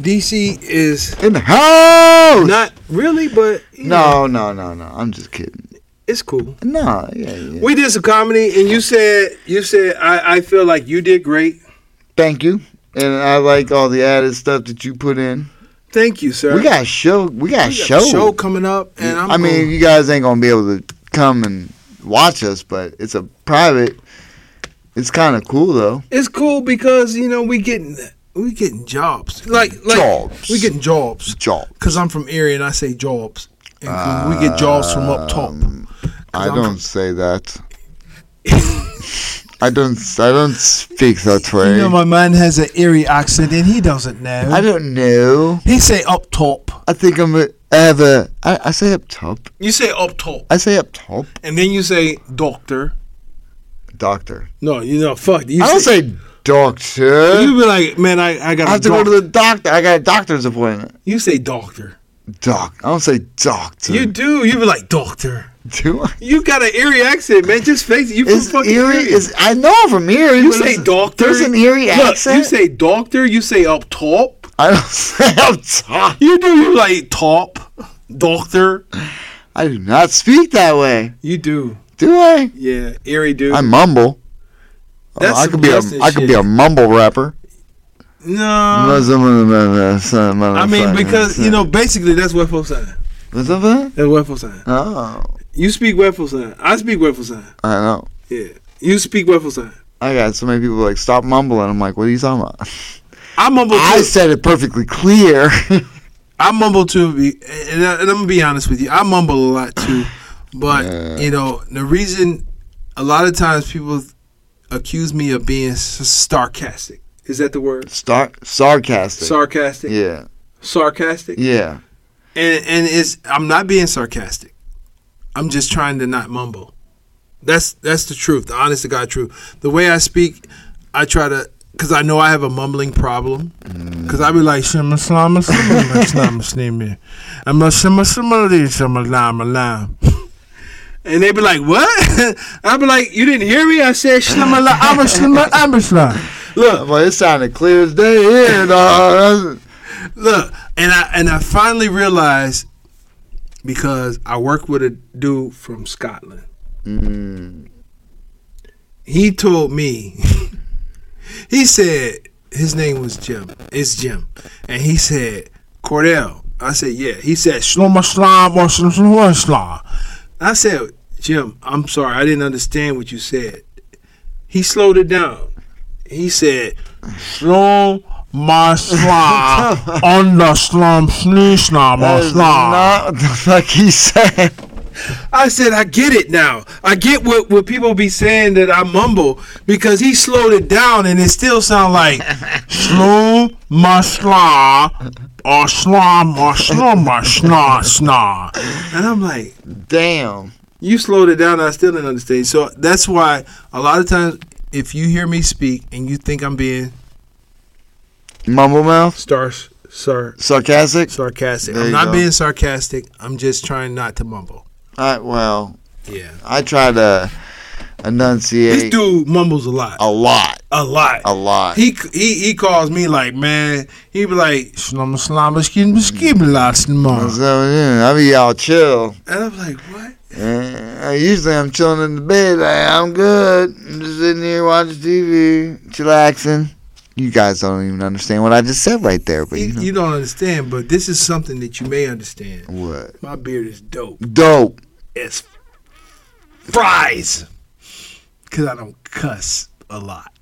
C: DC is
D: in the house.
C: not really, but you know,
D: no, no, no, no. I'm just kidding.
C: It's cool.
D: No, yeah, yeah.
C: We did some comedy, and you said you said I, I feel like you did great.
D: Thank you. And I like all the added stuff that you put in.
C: Thank you, sir.
D: We got a show. We got a
C: We got
D: show.
C: a show coming up, and I'm
D: I mean, you guys ain't gonna be able to come and watch us, but it's a private. It's kind of cool though.
C: It's cool because you know we getting we getting jobs like like
D: Jobs.
C: we getting jobs
D: Job.
C: because I'm from Erie and I say jobs and
D: Um,
C: we get jobs from up top.
D: I
C: I'm
D: don't
C: *laughs*
D: say that. I don't. I don't speak that way.
C: my man has an Erie accent and he doesn't know.
D: I don't know.
C: he say up top.
D: I think I'm a- ever. I, I say up top.
C: You say up top,
D: I say up top.
C: and then you say doctor.
D: Doctor.
C: No, you know, fuck. You
D: I don't say doctor.
C: You be like, man, I, I got.
D: I have to go
C: doc-
D: to the doctor. I got a doctor's appointment.
C: You say doctor.
D: Doc. I don't say doctor.
C: You do. You be like doctor.
D: do. I?
C: You got an Erie accent, man. Just face it. You
D: Is
C: from fucking
D: Erie?
C: Erie.
D: Is I know I'm from Erie.
C: You
D: but
C: say
D: it's-
C: doctor.
D: There's an Erie
C: Look,
D: accent.
C: You say doctor. You say up top.
D: I don't say up top.
C: You do. You like top doctor.
D: I do not speak that way.
C: You do.
D: Do I?
C: Yeah, Erie do.
D: I mumble.
C: That's
D: I
C: some
D: could be a
C: Justin
D: I could be
C: shit.
D: a mumble rapper.
C: no. I
D: I
C: mean, because you know, basically, that's Wefo sign.
D: What's up? man?
C: That's Wefo sign.
D: Oh,
C: You speak Wefo sign. I speak Wefo sign.
D: I know.
C: Yeah. You speak Wefo sign.
D: I got so many people like stop mumbling. I'm like, what are you talking about?
C: I mumble.
D: I
C: too.
D: said it perfectly clear.
C: I mumble too, be- and, I, and I'm gonna be honest with you. I mumble a lot
D: *clears throat*
C: too, but you know the reason a lot of times people accuse me of being s- sarcastic. Is that the word?
D: Star sarcastic.
C: Sarcastic,
D: yeah,
C: sarcastic,
D: yeah.
C: and and it's I'm not being sarcastic. I'm just trying to not mumble. That's that's the truth, the honest to God truth. The way I speak, I try to. Cause I know I have a mumbling problem. Cause I be like shimma slama slama slama slama, I'm a shimma slama lee, shimma lama lama. *laughs* And they be like, "What?" *laughs* I be like, "You didn't hear me? I said slama la ama slama ama slama." Look,
D: Well, it sounded clear as day
C: *laughs*
D: here, dog.
C: look, and I and I finally realized because I work with a dude from Scotland.
D: Mm.
C: He told me. *laughs* he said his name was Jim. It's Jim, and he said Cordell. I said yeah. He said Shloma Slom or Shlom Shlom Slom. I said Jim. I'm sorry. I didn't understand what you said. He slowed it down. He said Shlom. My
D: *laughs*
C: slime on the slum, slee slum,
D: That is not *laughs* what the fuck he said.
C: I said, I get it now. I get what, what people be saying that I mumble because he slowed it down and it still sound
D: *laughs*
C: like slow my slaw or slaw my slaw my slaw slaw. And I'm like,
D: Damn.
C: you slowed it down. I still didn't understand. So that's why a lot of times if you hear me speak and you think I'm being
D: Mumble mouth?
C: star, star
D: Sarcastic?
C: sarcastic,
D: There
C: I'm
D: you
C: not
D: go.
C: being sarcastic. I'm just trying not to mumble.
D: I, well,
C: Yeah.
D: I try to
C: This
D: enunciate
C: dude mumbles a lot.
D: a lot.
C: A lot.
D: Oh. A lot.
C: He he he calls me like man. He be like slum slum skin skin lots tomorrow.
D: So, yeah, I be all chill.
C: And I'm like what?
D: And I, usually I'm chilling in the bed. Like, I'm good. I'm just sitting here watching TV, chillaxing. You guys don't even understand what I just said right there, but
C: You,
D: you know
C: you don't understand, but this is something that you may understand.
D: what?
C: My beard is dope.
D: Dope.
C: It's fries. Cause I don't cuss a lot.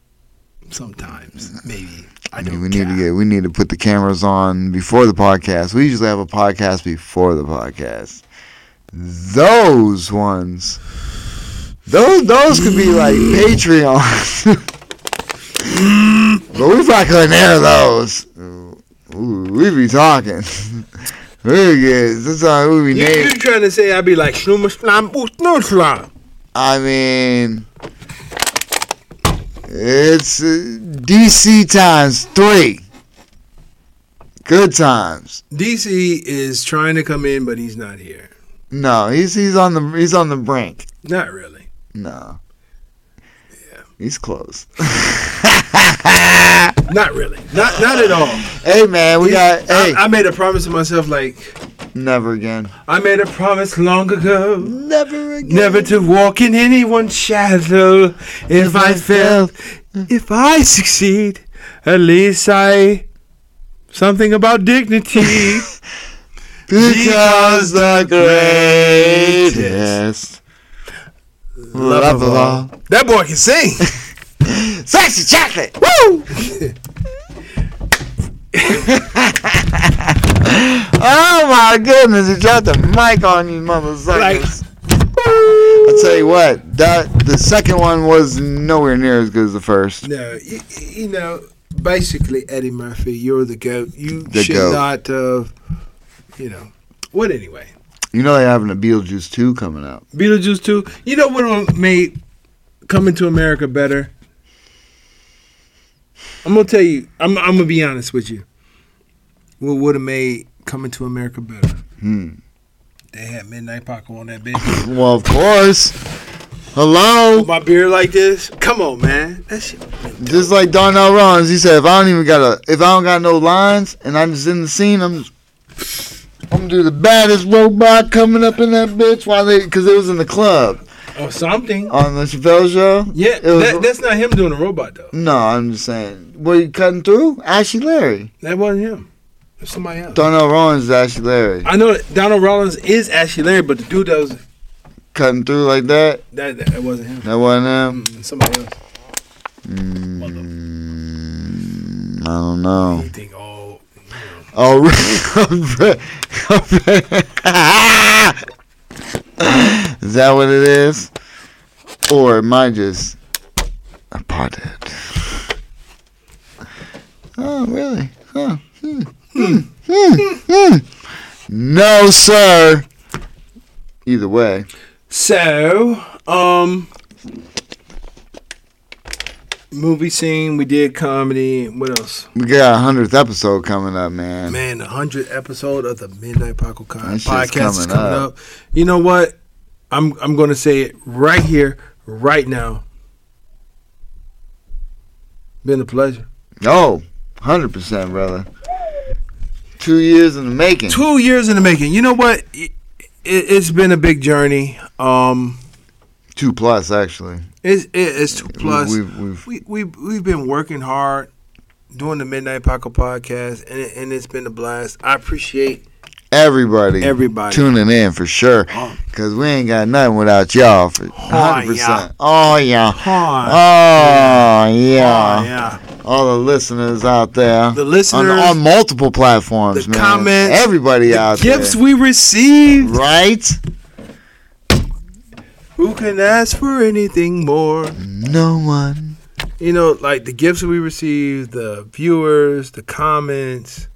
C: Sometimes maybe I
D: I
C: don't.
D: mean, we need to
C: cap.
D: get we need to put the cameras on before the podcast. We usually have a podcast before the podcast. Those ones, those those could be like Patreon. *laughs* but we probably couldn't air those. Ooh, we be talking. *laughs* Very good. This time we be
C: You,
D: named.
C: you trying to say I be like slum slum no slum?
D: I mean, it's uh, DC times three. Good times.
C: DC is trying to come in, but he's not here.
D: No, he's he's on the he's on the brink.
C: Not really.
D: No. He's close.
C: Not really. Not not at all.
D: Hey man, we got
C: I,
D: hey
C: I made a promise to myself, like
D: Never again.
C: I made a promise long ago.
D: Never again.
C: Never to walk in anyone's shadow. If, I,
D: I
C: fail, if I succeed, at least I. Something about dignity.
D: Because the greatest love of all.
C: *laughs* that boy can sing.
D: Sexy chocolate!
C: Woo!
D: *laughs* Oh my goodness, you dropped the mic on you motherfuckers. I tell you what, that the second one was nowhere near as good as the first.
C: No, you, you know, basically, Eddie Murphy, you're the goat. You
D: The
C: should
D: goat.
C: not, uh, you know. What anyway?
D: You know they're having a Beetlejuice 2 coming out.
C: Beetlejuice 2. You know what made Coming to America better? I'm going to tell you, I'm, I'm going to be honest with you. What would have made Coming to America better?
D: Hmm.
C: They had Midnight Paco on that bitch.
D: Well, of course. Hello?
C: My beard like this. Come on, man. That shit.
D: Just like Darnell Rollins, he said, if I don't even got a, if I don't got no lines and I'm just in the scene, I'm just, I'm gonna do the baddest robot coming up in that bitch while they, cause it was in the club
C: Or something.
D: on the Chappelle show.
C: Yeah,
D: Oh, It was-
C: that, that's not him doing a robot, though.
D: no, I'm just saying. Were you cutting through? Ashley Larry.
C: That wasn't him. That's somebody else.
D: Darnell Rollins is Ashley Larry.
C: I know that Donald Rollins is Ashley Larry, but the dude that was
D: Cutting through like that,
C: that, that, that wasn't him.
D: that wasn't him.
C: Mm, Somebody else.
D: Mm, I don't know.
C: You think, oh,
D: Oh, *laughs* is that what it is? Or am I just a pothead? Oh, really? Huh. Hmm. Hmm. Hmm. Hmm. No, sir. Either way,
C: So, um, movie scene. We did comedy. What else?
D: we got a hundredth episode coming up, man.
C: Man, the hundredth episode of the Midnight Paco Con
D: That shit's
C: podcast is
D: coming
C: coming up.
D: up.
C: You know what? I'm I'm going to say it right here, right now. Been a pleasure.
D: Oh, 100 percent, brother. Two years in the making.
C: Two years in the making. You know what? It, it, has been a big journey. Um,
D: Two plus, actually.
C: it's it, it's two plus.
D: we, we've, we've
C: we we we've been working hard doing the Midnight Paco podcast, and it, and it's been a blast. I appreciate
D: everybody,
C: Everybody.
D: tuning in for sure
C: Oh.
D: because we ain't got nothing without y'all for 100
C: yeah.
D: percent oh yeah
C: Hard.
D: oh yeah
C: yeah,
D: all the listeners out there
C: the listeners,
D: on, on multiple platforms
C: the
D: man
C: comments,
D: everybody
C: the
D: out
C: gifts
D: there
C: we received.
D: right
C: Who can ask for anything more?
D: no one
C: You know, like the gifts we received, the viewers, the comments,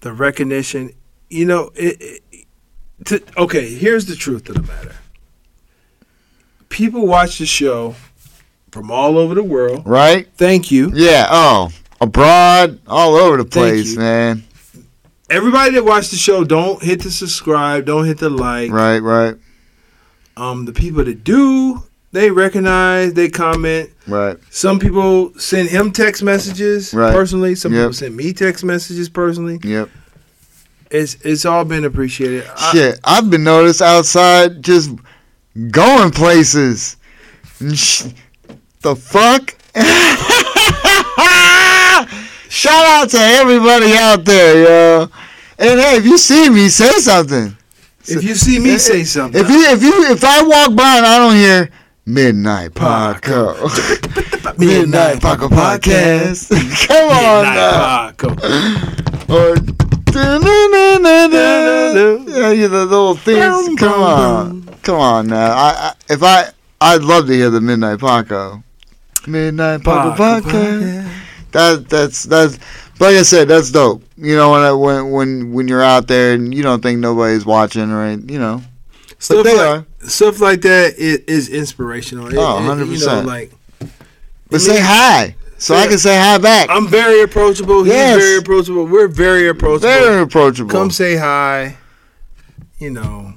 C: the recognition. You know, it. it to, okay, here's the truth of the matter. People watch the show from all over the world.
D: right
C: Thank you.
D: yeah oh abroad all over the place
C: you.
D: man
C: everybody that watched the show, don't hit the subscribe, don't hit the like.
D: right right
C: Um, the people that do, they recognize, they comment.
D: right
C: Some people send him text messages
D: Right.
C: personally. Some
D: Yep.
C: people send me text messages personally.
D: yep
C: It's it's all been appreciated. I-
D: Shit, I've been noticed outside just going places. And sh- The fuck? *laughs* Shout out to everybody out there, yo. And hey, if you see me, say something.
C: if you see me say something,
D: If you if you if I walk by and I don't hear Midnight Paco, Midnight Paco podcast. *laughs* Come on now.
C: Midnight Paco.
D: Or yeah, you know, the little
C: Bum,
D: things. Come
C: bum,
D: on, come on now. I, I if I I'd love to hear the Midnight Paco, Midnight Paco
C: Paco
D: Paco. That that's that's like I said, that's dope. You know when I, when when when you're out there and you don't think nobody's watching or anything, you know,
C: Stuff
D: they
C: like,
D: are.
C: stuff like that is, is inspirational. It-
D: Oh,
C: it- you know,
D: 100%.
C: like
D: but
C: I
D: say
C: mean-
D: hi so I
C: Yeah.
D: can say hi back.
C: I'm very approachable.
D: Yes.
C: He's very approachable. We're very approachable.
D: Very approachable.
C: come say hi. You know,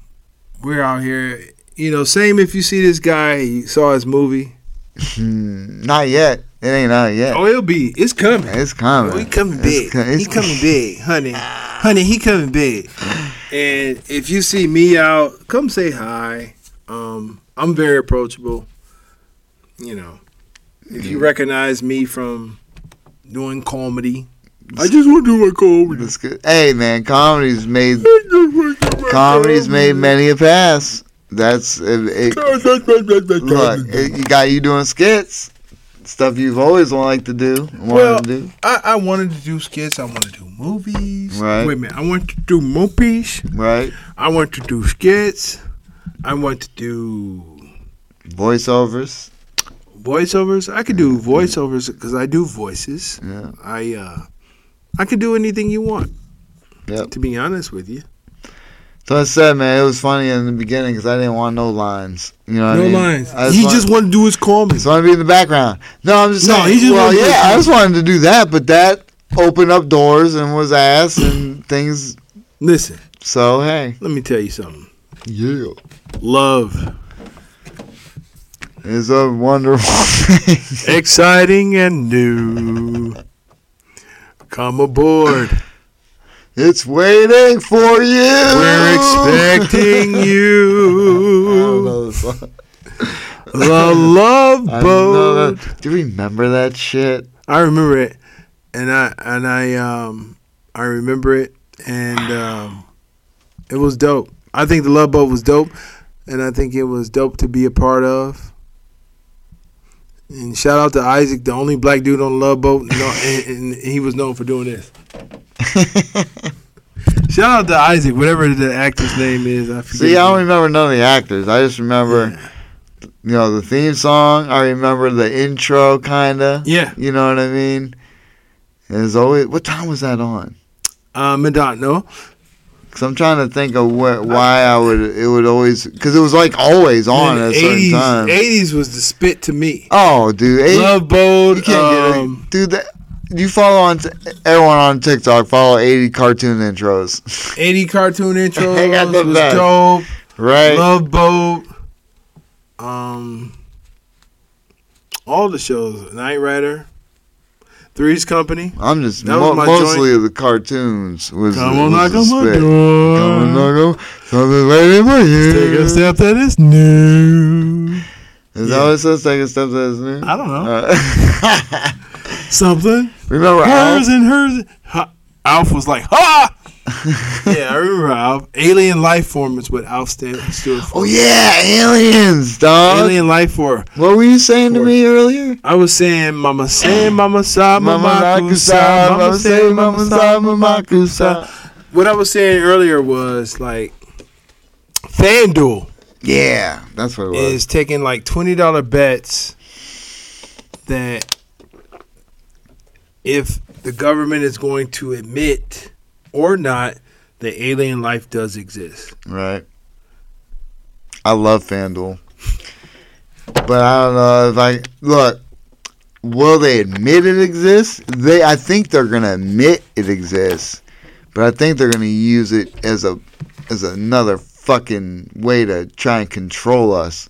C: we're out here. You know, same if you see this guy, you saw his movie.
D: Hmm, not yet. It ain't out yet.
C: Oh, it'll be. It's coming.
D: It's coming.
C: Oh, he coming
D: It's
C: big.
D: co- it's
C: he coming big, honey. honey, he coming big. And if you see me out, come say hi. Um, I'm very approachable. You know, if you recognize me from doing comedy, I just want to do my comedy.
D: That's good. Hey man, comedy's made comedy's made many a pass. That's it, it, look. It, you got you doing skits, stuff you've always wanted to do, wanted
C: Well,
D: to do.
C: I, I wanted to do skits. I wanted to do movies.
D: Right.
C: Wait a minute. I want to do movies.
D: Right,
C: I want to do skits. I want to do
D: voiceovers.
C: voiceovers. I could do voiceovers because I do voices.
D: Yeah.
C: I uh, I could do anything you want.
D: Yep.
C: To be honest with you,
D: So I said, man, it was funny in the beginning because I didn't want no lines. You know what I mean? I
C: he
D: want-
C: just wanted to do his comedy.
D: just want to be in the background. No, I'm just
C: No,
D: saying.
C: he just
D: well,
C: wanted to-
D: yeah, I just wanted to do that, but that opened up doors and was ass and things.
C: Listen,
D: So hey,
C: let me tell you something.
D: yeah,
C: Love,
D: it's a wonderful *laughs* thing.
C: exciting and new. Come aboard.
D: It's waiting for you. *laughs*
C: We're expecting
D: I don't
C: you.
D: know the song.
C: The love
D: I know
C: boat.
D: that. Do you remember that shit?
C: I remember it, and I and I um I remember it, and um, it was dope. I think the Love Boat was dope, and I think it was dope to be a part of. And shout out to Isaac, the only black dude on the Love Boat, no, and, and he was known for doing this. shout out to Isaac, whatever the actor's name is. I forget.
D: See, I don't remember none of the actors. I just remember, you know, the theme song. I remember the intro, kinda.
C: yeah,
D: You know what I mean? As always, what time was that on?
C: uh, Madonna.
D: Cause I'm trying to think of what, why I would it would always because it was like always on at a certain time.
C: Eighties was the spit to me.
D: Oh, dude, eight,
C: Love Boat.
D: you can't
C: um,
D: get it, dude. That, you follow on t- everyone on TikTok. Follow 80 cartoon intros, *laughs*
C: 80 cartoon intros.
D: They got the
C: was
D: best.
C: dope.
D: right?
C: Love Boat. Um, all the shows. Night Rider. Three's Company.
D: I'm just
C: That was
D: mo-
C: my
D: mostly the cartoons was
C: Come
D: was
C: on,
D: the
C: knock on my
D: spit.
C: door.
D: Come on, knock on. Something waiting for you.
C: Take a step that is new.
D: Is
C: Yeah.
D: that what it says? Take a step that is new.
C: I don't know.
D: Uh,
C: Something.
D: *laughs* remember uh,
C: Hers
D: Alf?
C: and hers. Ha- Alf was like,
D: *laughs*
C: ha! yeah, I remember Alf. Alien Life Form is what Alf stand- stood for.
D: Oh yeah, aliens, dog.
C: Alien Life Form.
D: What were you saying to
C: Force.
D: me earlier?
C: I was saying, Mama say,
D: *clears throat*
C: Mama sa, Mama,
D: Mama
C: maku sa,
D: Makusa, Mama Say, Mama Sa, Mama
C: Makusa.
D: Makusa.
C: What I was saying earlier was like FanDuel
D: Yeah, that's what it was.
C: is taking like twenty dollar bets that if the government is going to admit or not that alien life does exist.
D: Right. I love FanDuel. But I don't know if I look. Will they admit it exists? They, I think they're gonna admit it exists, but I think they're gonna use it as a, as another fucking way to try and control us.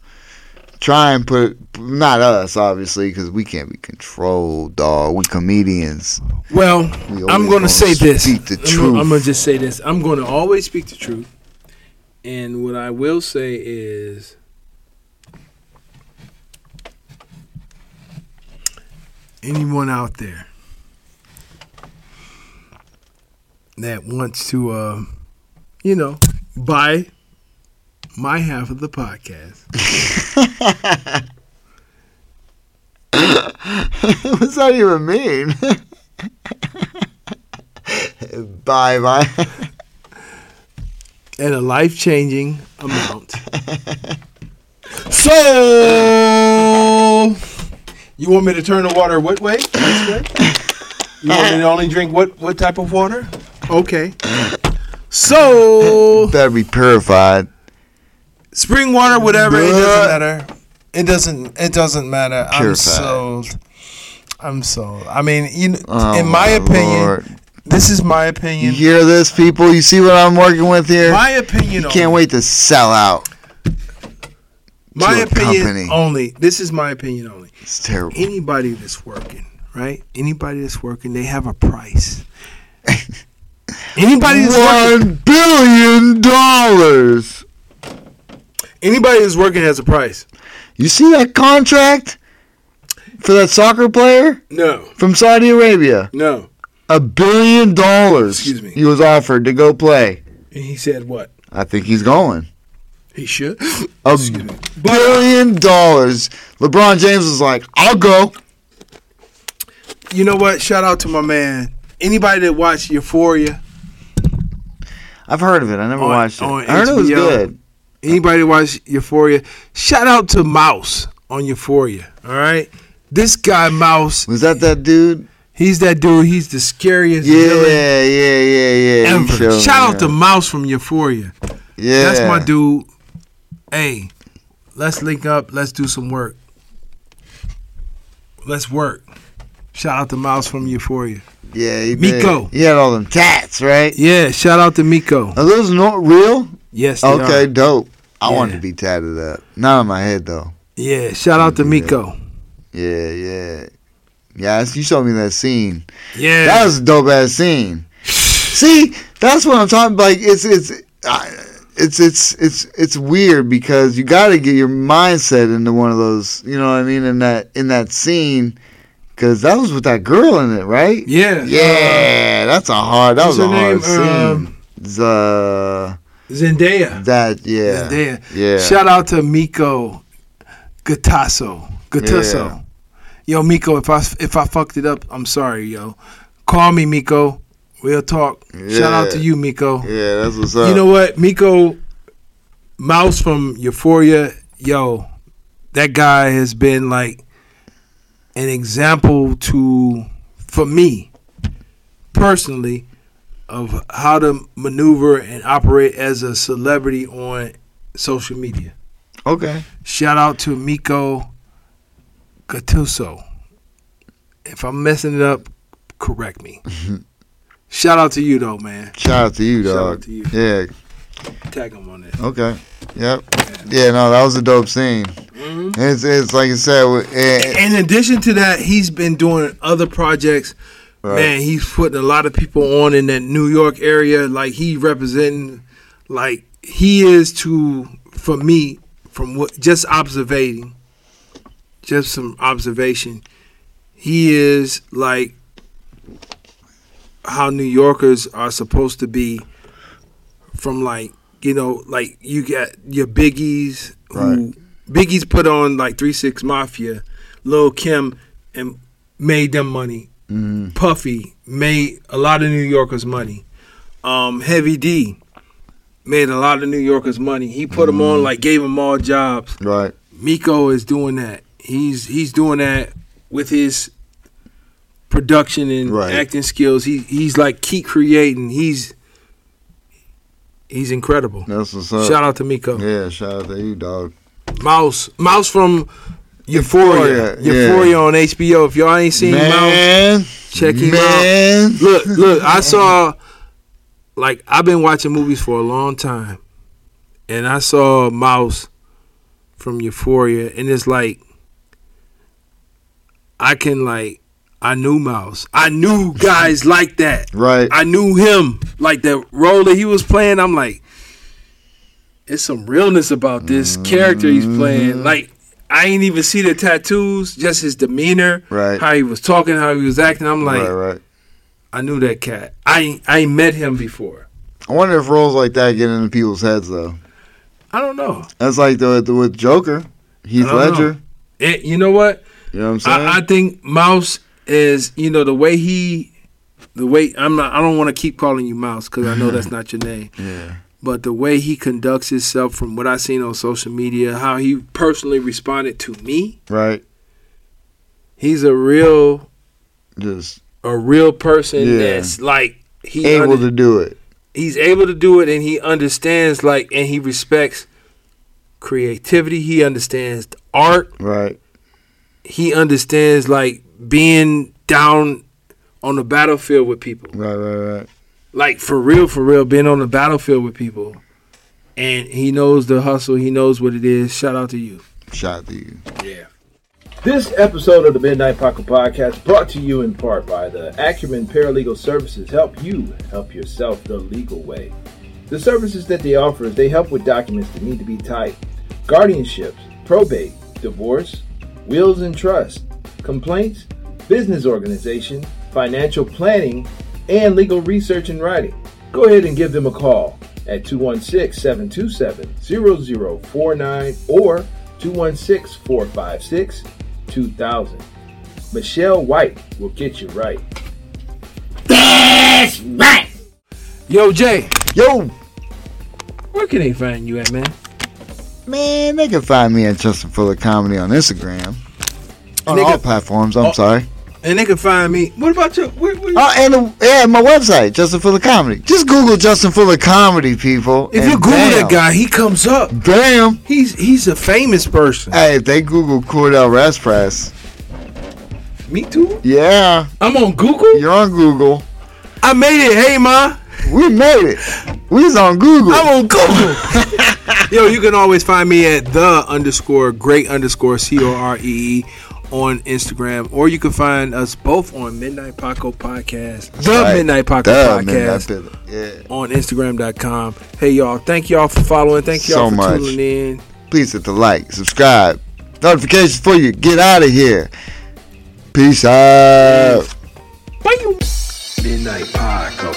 D: Try and put not us obviously because we can't be controlled, dog. We comedians. *laughs*
C: Well,
D: We
C: I'm
D: always
C: going to say this.
D: Speak the
C: I'm gonna-
D: truth.
C: I'm going to just say this. I'm going to always speak the truth. And what I will say is anyone out there that wants to, uh, you know, buy my half of the podcast.
D: What's that even mean? *laughs* bye bye. *laughs*
C: at a life changing *laughs* amount. so, you want me to turn the water what way? This way? You want me to only drink what, what type of water? Okay. So,
D: Better be purified.
C: spring water, whatever, it doesn't matter. It doesn't. It doesn't matter. I'm
D: Purified.
C: sold. I'm sold. I mean, you. Know,
D: Oh,
C: in my opinion,
D: Lord.
C: this is my
D: you
C: opinion.
D: hear this, people? You see what I'm working with here?
C: My opinion.
D: Can't
C: only.
D: wait to sell out.
C: My
D: to a
C: opinion
D: company.
C: only. This is my opinion only.
D: It's terrible.
C: anybody
D: *laughs*
C: that's working, right? Anybody that's working, they have a price. Anybody that's working,
D: One billion dollars.
C: anybody that's working has a price.
D: You see that contract for that soccer player
C: No,
D: from Saudi Arabia?
C: no.
D: A billion dollars.
C: Excuse me.
D: He was offered to go play.
C: And he said what?
D: I think he's going.
C: He should.
D: A
C: uh,
D: billion dollars. LeBron James was like, I'll go.
C: You know what? Shout out to my man. Anybody that watched Euphoria,
D: I've heard of it. I never
C: On-
D: watched it.
C: on
D: I heard it was
C: HBO.
D: good.
C: anybody that watched Euphoria, shout out to Mouse on Euphoria. All right, this guy Mouse,
D: Was that that dude?
C: he's that dude. He's the scariest
D: Yeah,
C: villain
D: yeah, yeah, yeah. He
C: ever.
D: showed
C: Shout out
D: me
C: to
D: that.
C: Mouse from Euphoria.
D: yeah.
C: That's my dude. Hey, let's link up. Let's do some work. Let's work. Shout out to Mouse from Euphoria.
D: Yeah, he did.
C: Miko.
D: He had all them tats, right?
C: Yeah, shout out to Miko.
D: Are those not real?
C: Yes. they
D: Okay,
C: are.
D: dope. I
C: Yeah.
D: wanted to be tatted up. Not on my head though.
C: Yeah, shout out to Miko.
D: Yeah, yeah, yeah. You showed me that scene.
C: Yeah.
D: That was a dope ass scene. See, that's what I'm talking. Like it's it's I it's it's it's it's weird because you got to get your mindset into one of those. You know what I mean? In that in that scene, because that was with that girl in it, right?
C: *laughs* yeah.
D: Yeah, that's a hard. That
C: Uh, what's
D: was a
C: her
D: hard
C: name? Um,
D: scene. The
C: Zendaya.
D: that yeah
C: Zendaya.
D: yeah
C: Shout out to Miko Gatasso. Gatasso.
D: Yeah.
C: Yo, Miko, if I if I fucked it up, I'm sorry, yo. Call me, Miko. We'll talk. Shout out to
D: Yeah.
C: you, Miko.
D: yeah. That's what's up.
C: You know what, Miko Mouse from Euphoria, yo, that guy has been like an example to for me personally of how to maneuver and operate as a celebrity on social media.
D: Okay.
C: Shout out to Miko Gattuso. If I'm messing it up, correct me. Shout out to you though, man.
D: Shout out to you,
C: Shout out
D: dog.
C: to you.
D: Yeah.
C: Tag him on that.
D: Okay. Yep. Yeah. No, that was a dope scene.
C: Mm-hmm.
D: It's it's like I said. eh, w- It,
C: in addition to that, he's been doing other projects.
D: Right.
C: Man, he's putting a lot of people on in that New York area. Like he representing, like he is to for me from what just observating, just some observation. He is like how New Yorkers are supposed to be from like you know like you got your biggies who biggies put on like three six mafia lil kim and made them money
D: mm-hmm.
C: puffy made a lot of new yorkers money um heavy d made a lot of new yorkers money he put them on like gave them all jobs
D: right.
C: miko is doing that he's he's doing that with his production and
D: Right.
C: acting skills he he's like keep creating he's he's incredible
D: That's what's up.
C: Shout out to Miko.
D: Yeah. Shout out to you, dog.
C: Mouse. Mouse from Euphoria.
D: Euphoria, yeah.
C: Euphoria on HBO. If y'all ain't seen Mouse,
D: Man.
C: check him out.
D: man.
C: *laughs* Look, look, I saw like I've been watching movies for a long time. And I saw Mouse from Euphoria and it's like I can like I knew Mouse. I knew guys like that.
D: Right.
C: I knew him like that role that he was playing. I'm like, it's some realness about this character he's playing. Like, I ain't even see the tattoos, just his demeanor,
D: Right.
C: How he was talking, how he was acting. I'm like,
D: right. Right.
C: I knew that cat. I ain't, I ain't met him before.
D: I wonder if roles like that get into people's heads though.
C: I don't know.
D: That's like the, the with Joker, Heath
C: I don't
D: Ledger.
C: It, you know what?
D: You know what I'm saying?
C: I, I think Mouse is, you know, the way he, the way I'm not, I don't want to keep calling you Mouse because I know that's not your name.
D: Yeah.
C: But the way he conducts himself, from what i seen on social media, how he personally responded to me,
D: right.
C: he's a real,
D: Just
C: a real person
D: Yeah.
C: that's like he
D: able
C: under-
D: to do it.
C: he's able to do it, and he understands like, and he respects creativity. He understands art.
D: Right.
C: He understands like being down on the battlefield with people.
D: Right. Right. Right.
C: like for real, for real, been on the battlefield with people, and he knows the hustle. He knows what it is. Shout out to you.
D: Shout out to you.
C: Yeah. This episode of the Midnight Pocket Podcast brought to you in part by the Acumen Paralegal Services help you help yourself the legal way. The services that they offer is they help with documents that need to be typed, guardianships, probate, divorce, wills and trust, complaints, business organization, financial planning, and legal research and writing. Go ahead and give them a call at 216 727 0049 or 216 456 2000. Michelle White will get you right.
G: Yo, Jay,
D: Yo,
G: where can they find you at, man?
D: man, they can find me at Justin Fuller Comedy on Instagram. On
G: Nigga.
D: all platforms, I'm
G: Oh.
D: sorry.
G: And they can find me. What about you? Where, where,
D: Oh, and uh, yeah, my website, Justin Fuller Comedy. Just Google Justin Fuller Comedy, people.
G: if
D: and
G: you Google
D: bam,
G: that guy, he comes up.
D: bam.
G: He's he's a famous person.
D: Hey, if they Google Cordell Raspress,
G: Me too.
D: yeah,
G: I'm on Google.
D: you're on Google.
G: I made it. Hey, ma.
D: We made it. We was on Google.
G: I'm on Google. *laughs* Yo, you can always find me at the underscore great underscore C O R E E on Instagram, or you can find us both on Midnight Paco Podcast, the
D: Right.
G: Midnight Paco
D: Duh,
G: Podcast
D: man, that bit- yeah.
G: on Instagram.com. Hey, y'all, thank y'all for following. Thank y'all
D: So
G: for
D: much.
G: tuning in.
D: Please hit the like, subscribe, notifications for you. Get out of here. Peace out.
C: Midnight Paco.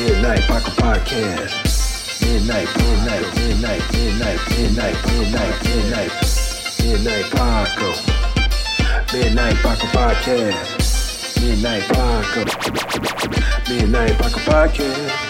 C: Midnight Paco Podcast. Midnight, midnight, midnight, midnight, midnight, midnight, midnight. Midnight Paco. Midnight Paco Podcast. Midnight Paco. Midnight Paco Podcast.